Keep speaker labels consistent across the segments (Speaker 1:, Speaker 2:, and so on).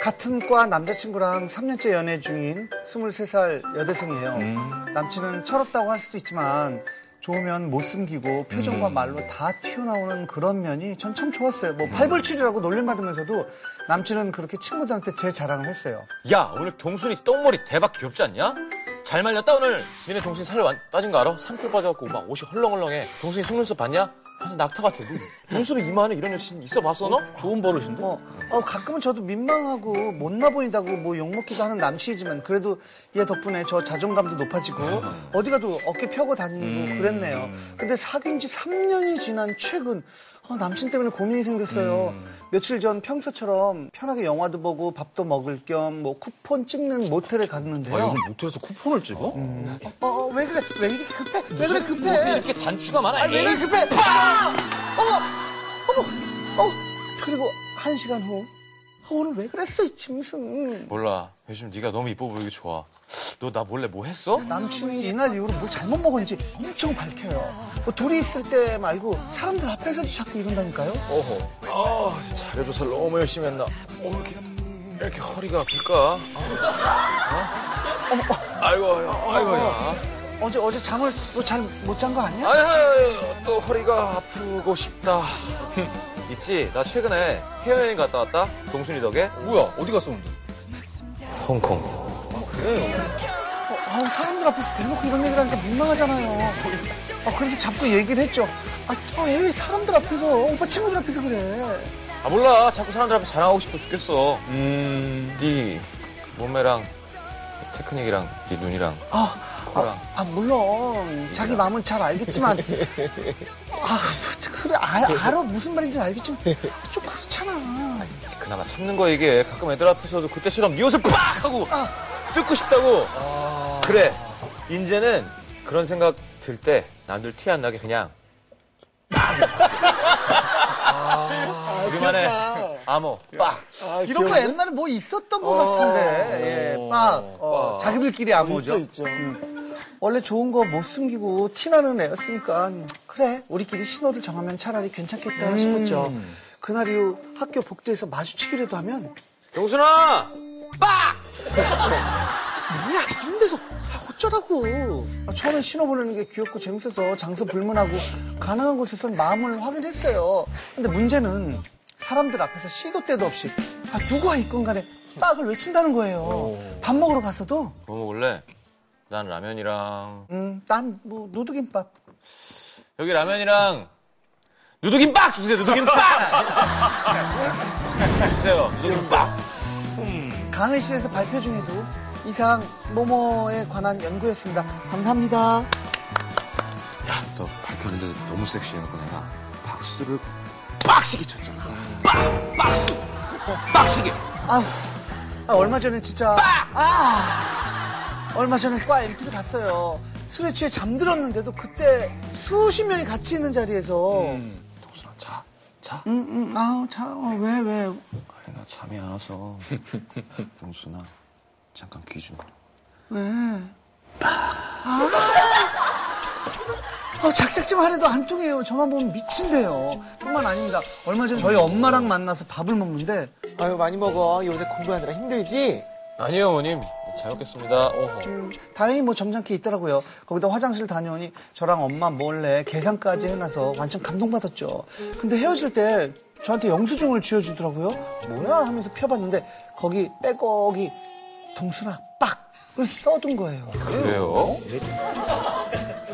Speaker 1: 같은 과 남자친구랑 3년째 연애 중인 23살 여대생이에요. 남친은 철없다고 할 수도 있지만 좋으면 못 숨기고 표정과 말로 다 튀어나오는 그런 면이 전 참 좋았어요. 뭐 팔벌출이라고 놀림받으면서도 남친은 그렇게 친구들한테 제 자랑을 했어요.
Speaker 2: 야 오늘 동순이 똥머리 대박 귀엽지 않냐? 잘 말렸다 오늘 니네 동순이 살 완- 빠진 거 알아? 3kg 빠져갖고 막 옷이 헐렁헐렁해 동순이 속눈썹 봤냐? 완전 낙타 같아 눈- 눈썹이 이만해 이런 여친 있어 봤어 너?
Speaker 3: 좋은 버릇인데?
Speaker 1: 어, 어, 가끔은 저도 민망하고 못나 보인다고 뭐 욕먹기도 하는 남친이지만 그래도 얘 덕분에 저 자존감도 높아지고 어디 가도 어깨 펴고 다니고
Speaker 3: 음.
Speaker 1: 그랬네요. 근데 사귄 지 3년이 지난 최근 어, 남친 때문에 고민이 생겼어요.
Speaker 3: 음.
Speaker 1: 며칠 전 평소처럼 편하게 영화도 보고 밥도 먹을 겸 뭐 쿠폰 찍는 모텔에 갔는데요.
Speaker 3: 아, 요즘 모텔에서 쿠폰을 찍어?
Speaker 2: 음. 아,
Speaker 1: 어, 어, 왜 그래? 왜 이렇게 급해? 왜 그래 급해?
Speaker 2: 무슨 이렇게 단추가 많아
Speaker 1: 아니, 왜
Speaker 2: 에이.
Speaker 1: 이렇게 급해? 네, 그 어머! 어머! 어 그리고 한 시간 후. 아, 오늘 왜 그랬어, 이 짐승.
Speaker 2: 몰라 요즘 네가 너무 이뻐 보이기 좋아 너 나 몰래 뭐 했어?
Speaker 1: 남친이 이날 이후로 뭘 잘못 먹었는지 엄청 밝혀요. 뭐 둘이 있을 때 말고 사람들 앞에서도 자꾸 이런다니까요?
Speaker 2: 어허 아 자료 조사를 너무 열심히 했나 어, 이렇게, 이렇게 허리가 아플까? 어? 아. 아이고 아이고 야
Speaker 1: 어제, 어제 잠을 뭐 잘 못 잔 거 아니야?
Speaker 2: 아휴, 또 허리가 아프고 싶다. 있지, 나 최근에 해외여행 갔다 왔다. 동순이 덕에.
Speaker 3: 뭐야, 어디 갔어, 근데?
Speaker 2: 홍콩.
Speaker 1: 어, 아우, 사람들 앞에서 대놓고 이런 얘기를 하니까 민망하잖아요. 어, 그래서 자꾸 얘기를 했죠. 아, 어, 왜 사람들 앞에서, 오빠 친구들 앞에서 그래.
Speaker 2: 아, 몰라. 자꾸 사람들 앞에 자랑하고 싶어 죽겠어.
Speaker 3: 음.
Speaker 2: 네 몸매랑 테크닉이랑 네 눈이랑
Speaker 1: 아,
Speaker 2: 코랑.
Speaker 1: 아, 아, 물론 자기 마음은 잘 알겠지만 아 그래 아, 알아 무슨 말인지 알겠지만 좀 그렇잖아
Speaker 2: 그나마 참는 거 이게 가끔 애들 앞에서도 그때처럼 네 옷을 빡 하고 뜯고 싶다고. 그래. 이제는 그런 생각 들 때 남들 티 안 나게 그냥 빡. 우리만의 암호 빡.
Speaker 1: 이런 거 옛날에 뭐 있었던 것 같은데 예, 빡 어, 자기들끼리 암호죠 음. 원래 좋은 거 못 숨기고 티나는 애였으니까 그래 우리끼리 신호를 정하면 차라리 괜찮겠다 싶었죠 그날 이후 학교 복도에서 마주치기라도 하면
Speaker 2: 경순아!
Speaker 1: 뭐야 이런 데서 아, 어쩌라고 아, 처음엔 신호 보내는 게 귀엽고 재밌어서 장소 불문하고 가능한 곳에선 마음을 확인했어요 근데 문제는 사람들 앞에서 시도 때도 없이 아, 누구와 있건 간에 빡을 외친다는 거예요 밥 먹으러 가서도
Speaker 2: 뭐 먹을래? 난 라면이랑
Speaker 1: 음난 뭐 누드김밥
Speaker 2: 여기 라면이랑 누드김밥 주세요. 누드김밥. 주세요. 누드김밥.
Speaker 1: 강의실에서 발표 중에도 이상 모모에 관한 연구였습니다 감사합니다
Speaker 4: 너 발표하는데 너무 섹시해갖고 내가 박수를
Speaker 2: 빡시게 쳤잖아. 빡! 빡수! 빡시게!
Speaker 1: 아우, 아, 얼마 전에 진짜 아 얼마 전에 과 MT를 갔어요. 술에 취해 잠들었는데도 그때 수십 명이 같이 있는 자리에서
Speaker 4: 동순아 자, 자.
Speaker 1: 음, 음, 아우 자왜 왜?
Speaker 4: 아니 나 잠이 안 와서 동순아 잠깐 귀 좀.
Speaker 1: 아우 작작지만 하래도 안 통해요. 저만 보면 미친대요. 뿐만 아닙니다. 얼마 전에 저희 엄마랑 만나서 밥을 먹는데
Speaker 5: 아유 많이 먹어 요새 공부하느라 힘들지?
Speaker 2: 아니요, 어머님. 잘 먹겠습니다. 오호.
Speaker 1: 음, 다행히 뭐 점잖게 있더라고요. 거기다 화장실 다녀오니 저랑 엄마 몰래 계산까지 해놔서 완전 감동받았죠. 근데 헤어질 때 저한테 영수증을 쥐어주더라고요. 뭐야 하면서 펴봤는데 거기 빼곡이 동순아 빡을 써둔 거예요.
Speaker 2: 그래요?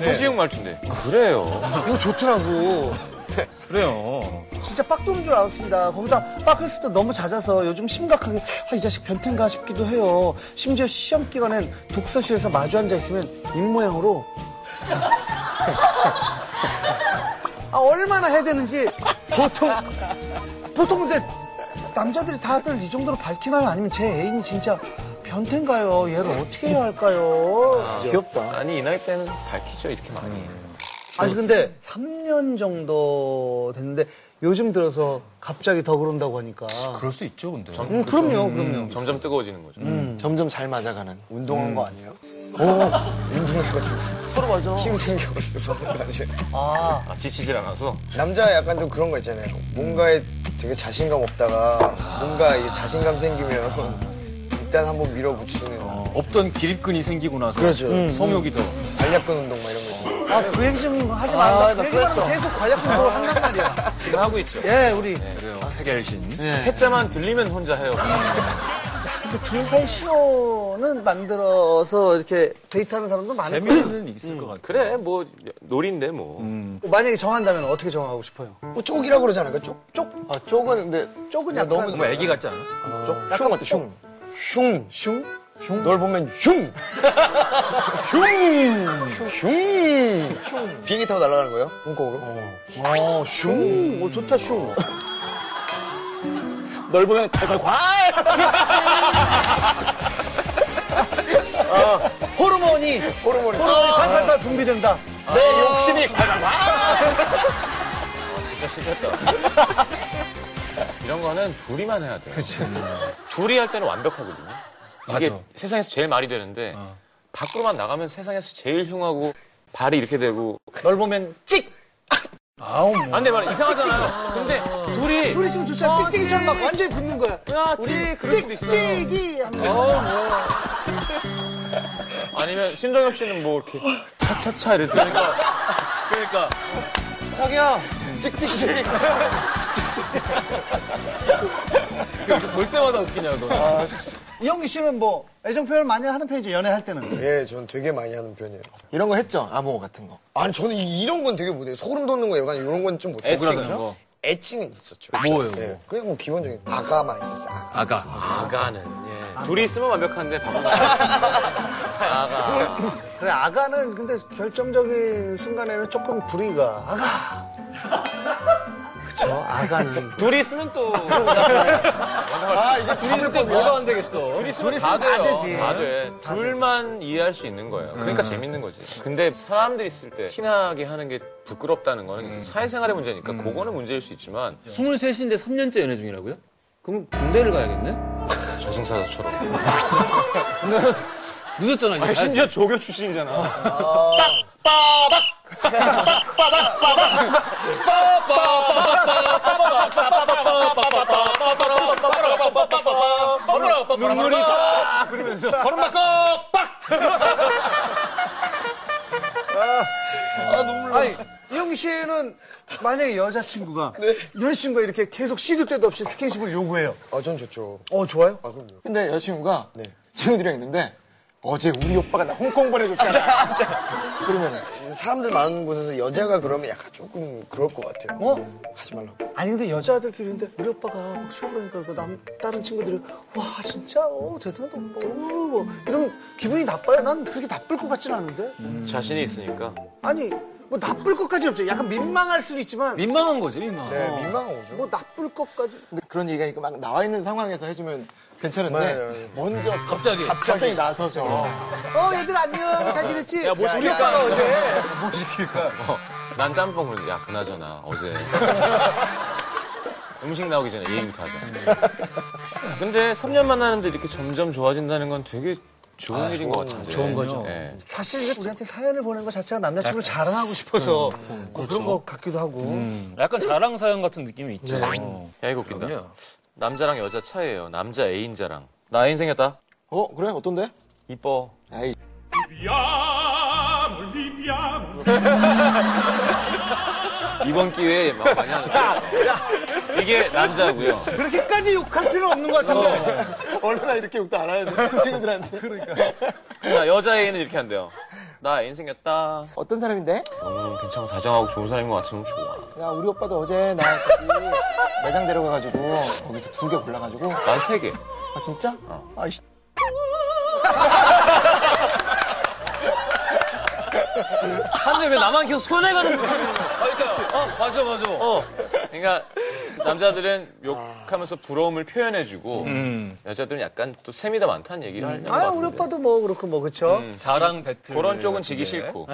Speaker 2: 서지웅 말투인데. 그래요.
Speaker 1: 이거 좋더라고.
Speaker 3: 그래요.
Speaker 1: 진짜 빡 도는 줄 알았습니다. 거기다 빡 했을 때 너무 잦아서 요즘 심각하게 아, 이 자식 변태인가 싶기도 해요. 심지어 시험 기간엔 독서실에서 마주 앉아 있으면 입모양으로 아 얼마나 해야 되는지 보통 보통 근데 남자들이 다들 이 정도로 밝히나요? 아니면 제 애인이 진짜 변태인가요? 얘를 어떻게 해야 할까요?
Speaker 5: 귀엽다
Speaker 2: 아니, 이 나이 때는 밝히죠, 이렇게 많이.
Speaker 1: 아니 근데 3년 정도 됐는데 요즘 들어서 갑자기 더 그런다고 하니까
Speaker 3: 그럴 수 있죠, 근데.
Speaker 2: 그렇죠.
Speaker 1: 음, 그럼요, 그럼요.
Speaker 2: 점점 뜨거워지는 거죠.
Speaker 1: 음.
Speaker 5: 점점 잘 맞아가는 운동한 거 아니에요?
Speaker 1: 어,
Speaker 6: 운동해가지고
Speaker 1: 서로 맞아.
Speaker 6: 힘 생겨가지고 그런 거 아니에요?
Speaker 1: 아,
Speaker 2: 아, 지치질 않아서.
Speaker 6: 남자 약간 좀 그런 거 있잖아요. 뭔가에 되게 자신감 없다가 뭔가 이게 자신감 생기면 일단 한번 밀어붙이는
Speaker 3: 없던 기립근이 생기고 나서 음.
Speaker 6: 그렇죠.
Speaker 3: 성욕이 더
Speaker 6: 반려권 운동 막 이런 거 있잖아요.
Speaker 1: 아, 그 얘기 좀 하지 말라. 그 얘기만 하면 계속 관략 공부를 한단 말이야.
Speaker 2: 지금 하고 있죠.
Speaker 1: 예, 우리.
Speaker 3: 그래요. 해결신.
Speaker 2: 해자만 들리면 혼자 해요.
Speaker 1: 근데 둘 사이 신호는 만들어서 이렇게 데이트하는 사람도 많을 거예요.
Speaker 3: 재미는 있을 것 같아.
Speaker 2: 그래, 뭐, 놀인데 뭐.
Speaker 1: 만약에 정한다면 어떻게 정하고 싶어요?
Speaker 6: 뭐 쪽이라고 그러잖아요. 그러니까 쪽, 쪽,
Speaker 5: 아, 쪽은 근데
Speaker 1: 조금 약간
Speaker 6: 너무
Speaker 2: 뭐
Speaker 3: 정말 애기 같지 않아?
Speaker 5: 약간 맞죠, 슝.
Speaker 6: 흉, 흉, 흉. 널 보면 흉, 흉, 흉, 흉. 비행기 타고 날아가는 거예요? 꿈꿔으로? 어, 흉.
Speaker 1: 오, 좋다, 슝.
Speaker 3: 널 보면 괄괄괄!
Speaker 1: 호르몬이, 호르몬이, 팔팔팔 분비된다.
Speaker 3: 내 욕심이 괄괄괄!
Speaker 2: 진짜 싫겠다. 이런 거는 둘이만 해야 돼요. 그치. 둘이 할 때는 완벽하거든요. 이게
Speaker 3: 맞아.
Speaker 2: 세상에서 제일 말이 되는데 밖으로만 나가면 세상에서 제일 흉하고 발이 이렇게 되고
Speaker 1: 널 보면 찍!
Speaker 3: 아우, 뭐.
Speaker 2: 안돼 말 이상하잖아요. 근데 둘이
Speaker 1: 둘이 지금 좋잖아. 찍찍이처럼 막 완전히 붙는 거야.
Speaker 2: 야, 찍! 그럴 예. 수도 있어요.
Speaker 1: 찍찍이 하면
Speaker 2: 아니면 신동엽 씨는 뭐 이렇게 차차차 이랬다니까 그러니까 자기야 그러니까
Speaker 3: 볼 때마다 웃기냐고.
Speaker 1: 이영기 씨는 뭐 애정 표현을 많이 하는 편이죠, 연애할 때는.
Speaker 6: 예, 전 되게 많이 하는 편이에요.
Speaker 5: 이런 거 했죠? 암호 같은 거.
Speaker 6: 아니 저는 이- 이런 건 되게 못해요. 소름 돋는 거 약간 이런 건 좀 못해요.
Speaker 3: 억울하다는 거.
Speaker 6: 애칭은 있었죠.
Speaker 3: 뭐? 뭐예요,
Speaker 6: 예,
Speaker 3: 뭐?
Speaker 6: 그게 뭐 기본적인 아가만 있었어요. 아가.
Speaker 3: 아가.
Speaker 2: 아가는 예. 둘이 있으면 완벽한데 바보가 아가
Speaker 1: 그래, 아가는 근데 결정적인 순간에는 조금 불의가. 아가!
Speaker 5: 그쵸? 아가는.
Speaker 2: 둘이 있으면 또
Speaker 3: 아, 이게 둘이 있을 때 뭐가 안 되겠어.
Speaker 2: 둘이 있으면
Speaker 1: 있으면
Speaker 2: 다 돼요.
Speaker 1: 다 되지.
Speaker 2: 다 돼. 둘만 이해할 수 있는 거예요. 그러니까 재밌는 거지. 근데 사람들이 있을 때 티나게 하는 게 부끄럽다는 거는 사회생활의 문제니까 그거는 문제일 수 있지만
Speaker 3: 음.
Speaker 7: 23인데 3년째 연애 중이라고요? 그럼 군대를 가야겠네?
Speaker 2: 저승사자처럼
Speaker 7: 늦었잖아, 이제.
Speaker 2: 심지어 조교 출신이잖아.
Speaker 3: 눈물이 빡! 그러면서. 걸음 바꿔! 빡!
Speaker 1: 아니, 이영기 씨는 만약에 여자친구가
Speaker 2: 네.
Speaker 1: 여자친구가 이렇게 계속 시도 때도 없이 스킨십을 요구해요.
Speaker 6: 아, 전 좋죠.
Speaker 1: 어, 좋아요?
Speaker 6: 아, 그럼요. 네.
Speaker 5: 근데 여자친구가 친구들이랑 있는데 어제 우리 오빠가 나 홍콩 보내줬잖아. 그러면
Speaker 6: 사람들 많은 곳에서 여자가 그러면 약간 조금 그럴 것 같아요.
Speaker 1: 어?
Speaker 6: 하지 말라고.
Speaker 1: 아니 근데 여자들끼리인데 우리 오빠가 막 쇼부라니까 그 남, 다른 친구들이 와 진짜 어 대단하다 오빠 어, 이러면 기분이 나빠요 난 그렇게 나쁠 것 같진 않은데
Speaker 2: 자신이 있으니까.
Speaker 1: 아니 뭐 나쁠 것까지 없죠 약간 민망할 수도 있지만
Speaker 3: 민망한 거지, 뭐. 민망.
Speaker 6: 네, 민망한 거죠.
Speaker 1: 뭐 나쁠 것까지
Speaker 5: 근데 그런 얘기가 막 나와 있는 상황에서 해주면 괜찮은데 뭐
Speaker 6: 맞아요, 맞아요.
Speaker 5: 먼저
Speaker 3: 갑자기.
Speaker 5: 갑자기, 나서서
Speaker 1: 어 얘들 안녕 잘 지냈지 야,
Speaker 6: 뭐
Speaker 1: 우리
Speaker 6: 시킬까?
Speaker 1: 오빠가 어제
Speaker 2: 어, 난 짬뽕 그랬는데 야 그나저나 어제 음식 나오기 전에 이 얘기부터 하자. 근데 3년 만나는데 이렇게 점점 좋아진다는 건 되게 아, 좋은 일인 것 같은데. 예. 좋은 거죠.
Speaker 1: 사실 이거 우리한테 사연을 보낸 거 자체가 남자친구를 자랑하고 싶어서 뭐 그런 것 같기도 하고
Speaker 7: 약간 자랑 사연 같은 느낌이 있죠.
Speaker 2: 야 이거 웃긴다. 남자랑 여자 차이예요. 남자 애인 자랑. 나 애인 생겼다.
Speaker 5: 어 그래 어떤데?
Speaker 2: 이뻐.
Speaker 5: 아이
Speaker 2: 이번 기회에 막 많이 하는데. 이게 남자고요.
Speaker 1: 그렇게까지 욕할 필요는 없는 것 같은데
Speaker 5: 얼마나 이렇게 욕도 알아야 돼 친구들한테 그러니까
Speaker 2: 자 여자 애인은 이렇게 한대요. 나 애인 생겼다.
Speaker 5: 어떤 사람인데?
Speaker 2: 너무 괜찮고 다정하고 좋은 사람인 것 같아서 너무 좋아.
Speaker 5: 야 우리 오빠도 어제 나 저기 매장 데려가가지고 거기서 두 개 골라가지고
Speaker 2: 난 세 개. 어.
Speaker 5: 아 진짜? 아이씨
Speaker 3: 근데 왜 나만 계속 손해가는 거야? 아, 그러니까, 어, 맞아, 맞아.
Speaker 2: 어. 그러니까 남자들은 욕하면서 부러움을 표현해주고 여자들은 약간 또 셈이 더 많다는 얘기를 하는 것
Speaker 1: 아
Speaker 2: 같은데. 음.
Speaker 1: 우리 오빠도 뭐 그렇고 뭐 그렇죠
Speaker 3: 자랑 배틀.
Speaker 2: 그런 쪽은 지기
Speaker 3: 같은 게.
Speaker 2: 싫고.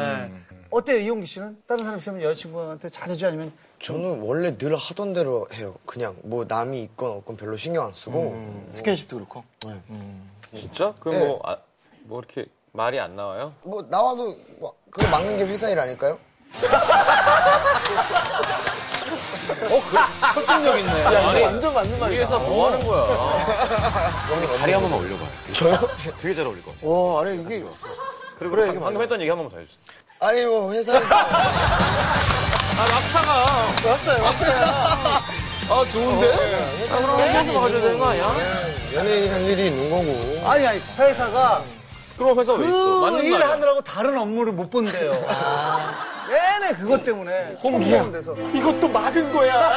Speaker 1: 어때요 이용기 씨는 다른 사람 있으면 여자친구한테 잘해줘 아니면
Speaker 6: 저는 원래 늘 하던 대로 해요. 그냥 뭐 남이 있건 없건 별로
Speaker 5: 음.
Speaker 6: 신경 안 쓰고.
Speaker 5: 스킨십도 그렇고
Speaker 2: 음. 진짜? 그럼
Speaker 6: 네.
Speaker 2: 뭐, 아, 뭐 이렇게 말이 안 나와요?
Speaker 6: 뭐 나와도 뭐 그거 막는 게 회사 일 아닐까요?
Speaker 3: 설득력 있네. 아니,
Speaker 1: 완전 맞는
Speaker 2: 우리
Speaker 1: 말이야.
Speaker 2: 회사 뭐 하는 거야? 다리 한 번만 올려봐요.
Speaker 6: 저요?
Speaker 2: 되게 잘 어울릴 것 같아.
Speaker 1: 와, 아니 이게
Speaker 2: 그리고 그래, 방금 했던 얘기 한 번만 더 해주세요.
Speaker 6: 아니 뭐 회사에서
Speaker 2: 아, 락스타가.
Speaker 1: 왔어요, 왔어요.
Speaker 3: 아, 좋은데?
Speaker 2: 아, 그럼 회사 좀 가줘야 되는 거 아니야?
Speaker 6: 연예인이 할 일이 있는 거고
Speaker 1: 아니 아니 회사가
Speaker 2: 그럼 회사 왜 있어?
Speaker 1: 그
Speaker 2: 맞는 거
Speaker 1: 일을
Speaker 2: 아니야?
Speaker 1: 하느라고 다른 업무를 못 본대요. 얘네 그것 때문에 홍기야. 데서
Speaker 5: 이것도 막은 거야.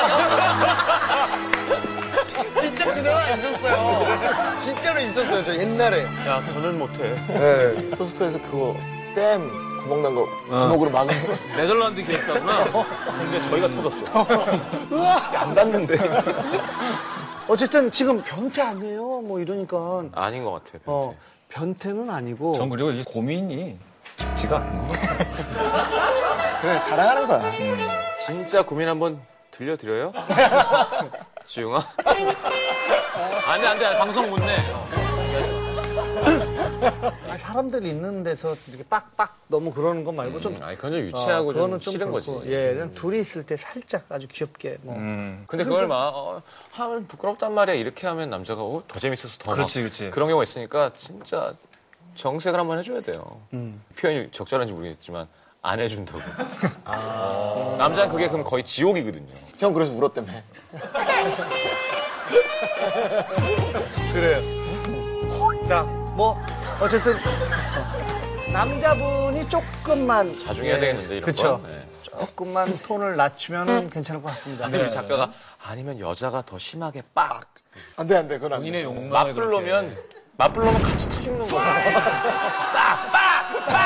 Speaker 6: 진짜 그 전화 있었어요 진짜로 있었어요 저 옛날에
Speaker 2: 야, 저는 못해.
Speaker 6: 네.
Speaker 5: 소속사에서 그거 땜 구멍 난 거
Speaker 2: 어.
Speaker 5: 주먹으로 막은 거.
Speaker 3: 네덜란드 기획사구나.
Speaker 2: 근데 저희가 터졌어.
Speaker 5: 안 닿는데.
Speaker 1: 어쨌든 지금 변태 아니에요. 뭐 이러니까
Speaker 2: 아닌 것 같아. 변태.
Speaker 1: 어 변태는 아니고
Speaker 4: 전 그리고 이 고민이 적지가 않은 것 같아요.
Speaker 5: 그래 자랑하는 거야.
Speaker 2: 진짜 고민 한번 들려드려요? 지웅아? 안 돼, 안 돼. 방송 못 내.
Speaker 5: 어.
Speaker 1: 아니, 사람들이 있는 데서 이렇게 빡빡 너무 그러는 건 말고 좀
Speaker 2: 아니, 그건 좀 유치하고
Speaker 1: 어,
Speaker 2: 좀
Speaker 1: 그거는
Speaker 2: 싫은 거지.
Speaker 1: 그렇고. 예, 그냥 둘이 있을 때 살짝 아주 귀엽게 뭐
Speaker 5: 음.
Speaker 2: 근데 그걸
Speaker 4: 그러니까
Speaker 2: 막, 어, 하면 부끄럽단 말이야. 이렇게 하면 남자가 어, 더 재밌어서 더. 막
Speaker 4: 그렇지, 그렇지.
Speaker 2: 그런 경우가 있으니까 진짜 정색을 한번 해줘야 돼요.
Speaker 4: 음.
Speaker 2: 표현이 적절한지 모르겠지만 안 해준다고.
Speaker 4: 아.
Speaker 2: 남자는 그게 그럼 거의 지옥이거든요.
Speaker 5: 형 그래서 울었다며.
Speaker 1: 자 뭐 어쨌든 남자분이 조금만
Speaker 2: 자중
Speaker 4: 네.
Speaker 2: 해야 되겠는데, 이런
Speaker 1: 그쵸.
Speaker 2: 건. 네.
Speaker 1: 조금만 톤을 낮추면 괜찮을 것 같습니다.
Speaker 4: 네.
Speaker 2: 근데 우리 작가가 아니면 여자가 더 심하게 빡
Speaker 5: 안 돼, 안 돼. 그건 안 돼.
Speaker 3: 본인의 욕망을
Speaker 2: 맞불로면
Speaker 4: 네.
Speaker 2: 맞불로면 같이 타 죽는 거야. 빡빡빡.